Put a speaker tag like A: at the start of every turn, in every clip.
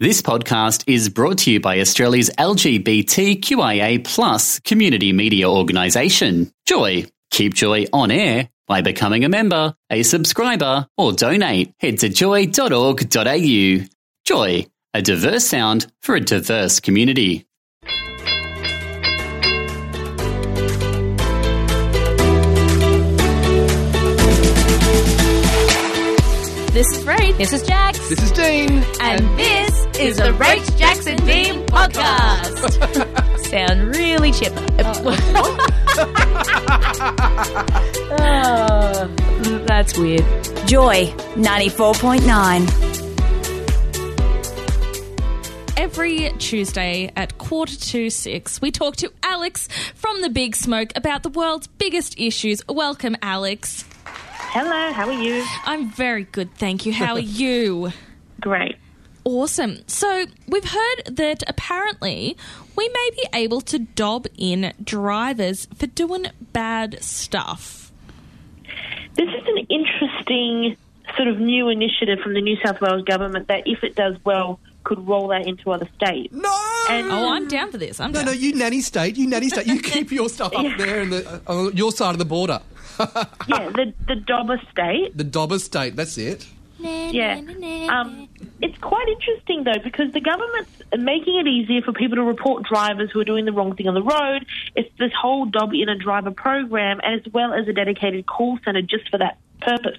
A: This podcast is brought to you by Australia's LGBTQIA plus community media organisation, Joy. Keep Joy on air by becoming a member, a subscriber, or donate. Head to joy.org.au. Joy, a diverse sound for a diverse community.
B: This is Rach.
C: This is Jax.
D: This is Dean.
B: And this is the Rach Jackson Dean podcast. Sound really chipper. Oh, that's weird.
C: Joy 94.9.
B: Every Tuesday at quarter to six, we talk to Alex from the Big Smoke about the world's biggest issues. Welcome, Alex.
E: Hello, how are you?
B: I'm very good, thank you. How are you?
E: Great.
B: Awesome. So, we've heard that apparently we may be able to dob in drivers for doing bad stuff.
E: This is an interesting sort of new initiative from the New South Wales government that, if it does well, could roll out into other states.
D: No!
E: And
B: Oh, I'm down for this. I'm
D: no,
B: down.
D: no, you nanny state, you nanny state. You keep your stuff up there in the, on your side of the border.
E: yeah, the the Dobber state.
D: The Dobber state, that's it.
E: Yeah, um, it's quite interesting though because the government's making it easier for people to report drivers who are doing the wrong thing on the road. It's this whole Dob in a driver program, and as well as a dedicated call center just for that purpose.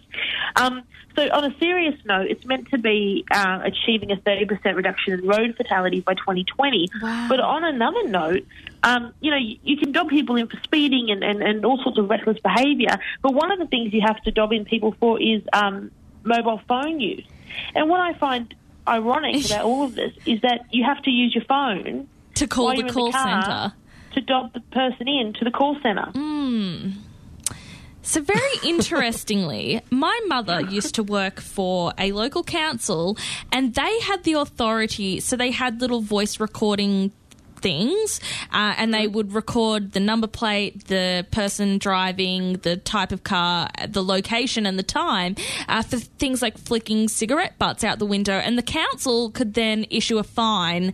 E: Um, so, on a serious note, it's meant to be uh, achieving a 30% reduction in road fatalities by 2020. But on another note, um, you know, you, you can dob people in for speeding and, and, and all sorts of reckless behaviour, but one of the things you have to dob in people for is um, mobile phone use. And what I find ironic about all of this is that you have to use your phone
B: to call
E: while
B: the
E: you're in
B: call
E: car
B: center. Mm.
E: to dob the person in to the call centre.
B: So, very interestingly, my mother used to work for a local council and they had the authority. So, they had little voice recording things uh, and they would record the number plate, the person driving, the type of car, uh, the location, and the time uh, for things like flicking cigarette butts out the window. And the council could then issue a fine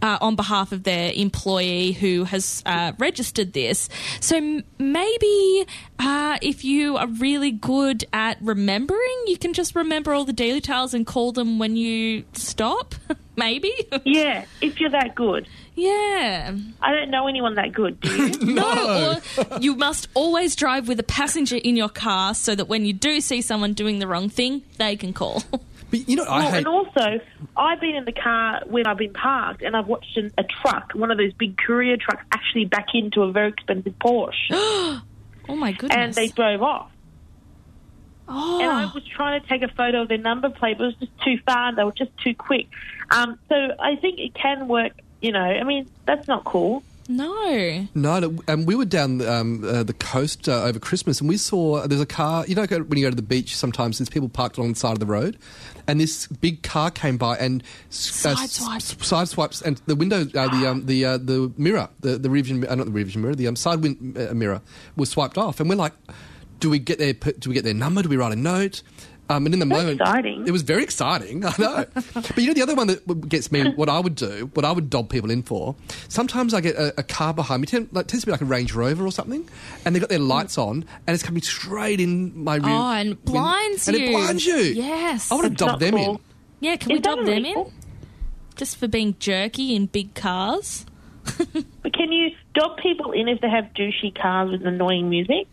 B: uh, on behalf of their employee who has uh, registered this. So m- maybe uh, if you are really good at remembering, you can just remember all the details and call them when you stop. maybe.
E: Yeah, if you're that good.
B: yeah.
E: I don't know anyone that good, do you?
B: No. Or you must always drive with a passenger in your car so that when you do see someone doing the wrong thing, they can call.
D: But you know, I
E: Well,
D: hate.
E: and also, I've been in the car when I've been parked, and I've watched an, a truck, one of those big courier trucks, actually back into a very expensive Porsche,
B: oh my goodness.
E: and they drove off.
B: oh.
E: And I was trying to take a photo of their number plate, but it was just too far. and They were just too quick. Um, so I think it can work. You know, I mean, that's not cool.
B: no.
D: No, no, and we were down um, uh, the coast uh, over Christmas, and we saw uh, there's a car. You know, go- when you go to the beach, sometimes there's people parked along the side of the road, and this big car came by and s- uh,
B: Sideswiped.
D: s- sideswipes, and the window, uh, the um, the uh, the mirror, the the rear vision, uh, not the rear vision mirror, the um, side win- uh, mirror was swiped off, and we're like, do we get their p- do we get their number? Do we write a note? Um, and in the moment,
E: exciting.
D: it was very exciting. I know, but you know the other one that gets me, what I would do, what I would dob people in for. Sometimes I get a, a car behind me, tend, like, tends to be like a Range Rover or something, and they have got their lights on, and it's coming straight in my rear.
B: Oh, and blinds
D: and
B: you.
D: it blinds you.
B: Yes.
D: I want to
E: It's
D: dob
E: not
D: them
E: cool.
D: in.
B: Yeah, can we
E: Is that
B: dob them in?
E: illegal?
B: Just for being jerky in big cars?
E: But can you dob people in if they have douchey cars with annoying music?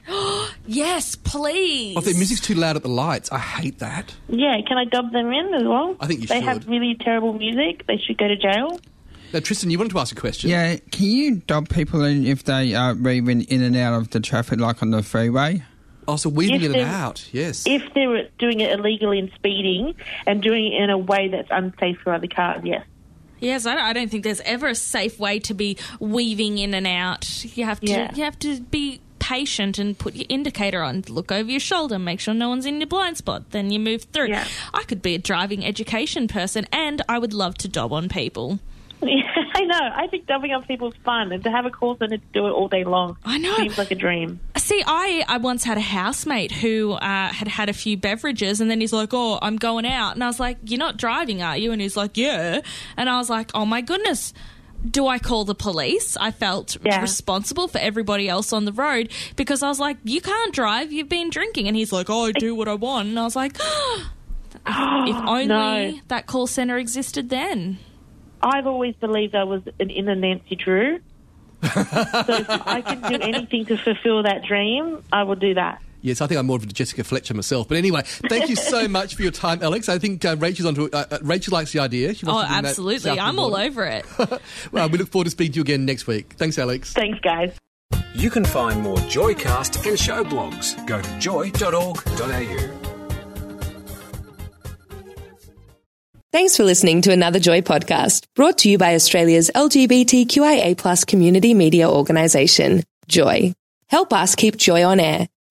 B: Yes, please.
D: Or if Oh, the music's too loud at the lights, I hate that.
E: Yeah, can I dob them in as well?
D: I think you
E: they
D: should.
E: have really terrible music. They should go to jail.
D: Now, Tristan, you wanted to ask a question.
F: Yeah, can you dob people in if they are weaving in and out of the traffic, like on the freeway?
D: Oh, so weaving
E: If
D: in and
E: there-
D: out. Yes.
E: If they're doing it illegally and speeding and doing it in a way that's unsafe for other cars, yes.
B: Yes, I don't, I don't think there's ever a safe way to be weaving in and out. You have to
E: Yeah.
B: you have to be patient and put your indicator on. Look over your shoulder, make sure no one's in your blind spot. Then you move through.
E: Yeah.
B: I could be a driving education person, and I would love to dob on people.
E: Yeah, I know. I think dubbing up people is fun, and to have a call center to do it all day long
B: I know.
E: seems like a dream.
B: See, I, I once had a housemate who uh, had had a few beverages, and then he's like, "Oh, I'm going out," and I was like, "You're not driving, are you?" And he's like, "Yeah," and I was like, "Oh my goodness." Do I call the police? I felt
E: Yeah.
B: responsible for everybody else on the road because I was like, "You can't drive. You've been drinking." And he's like, "Oh, I do what I want." And I was like, "If only
E: No.
B: that call center existed then."
E: I've always believed I was an inner Nancy Drew. so if I can do anything to fulfill that dream, I will do that.
D: Yes, I think I'm more of a Jessica Fletcher myself. But anyway, thank you so much for your time, Alex. I think uh, Rachel's onto it. Uh, uh, Rachel likes the idea. She
B: Oh,
D: wants to bring that
B: absolutely.
D: south
B: I'm all
D: border.
B: over it.
D: Well, we look forward to speaking to you again next week. Thanks, Alex.
E: Thanks, guys.
G: You can find more Joycast and show blogs. Go to joy.org.au.
H: Thanks for listening to another Joy podcast brought to you by Australia's LGBTQIA plus community media organisation, Joy. Help us keep Joy on air.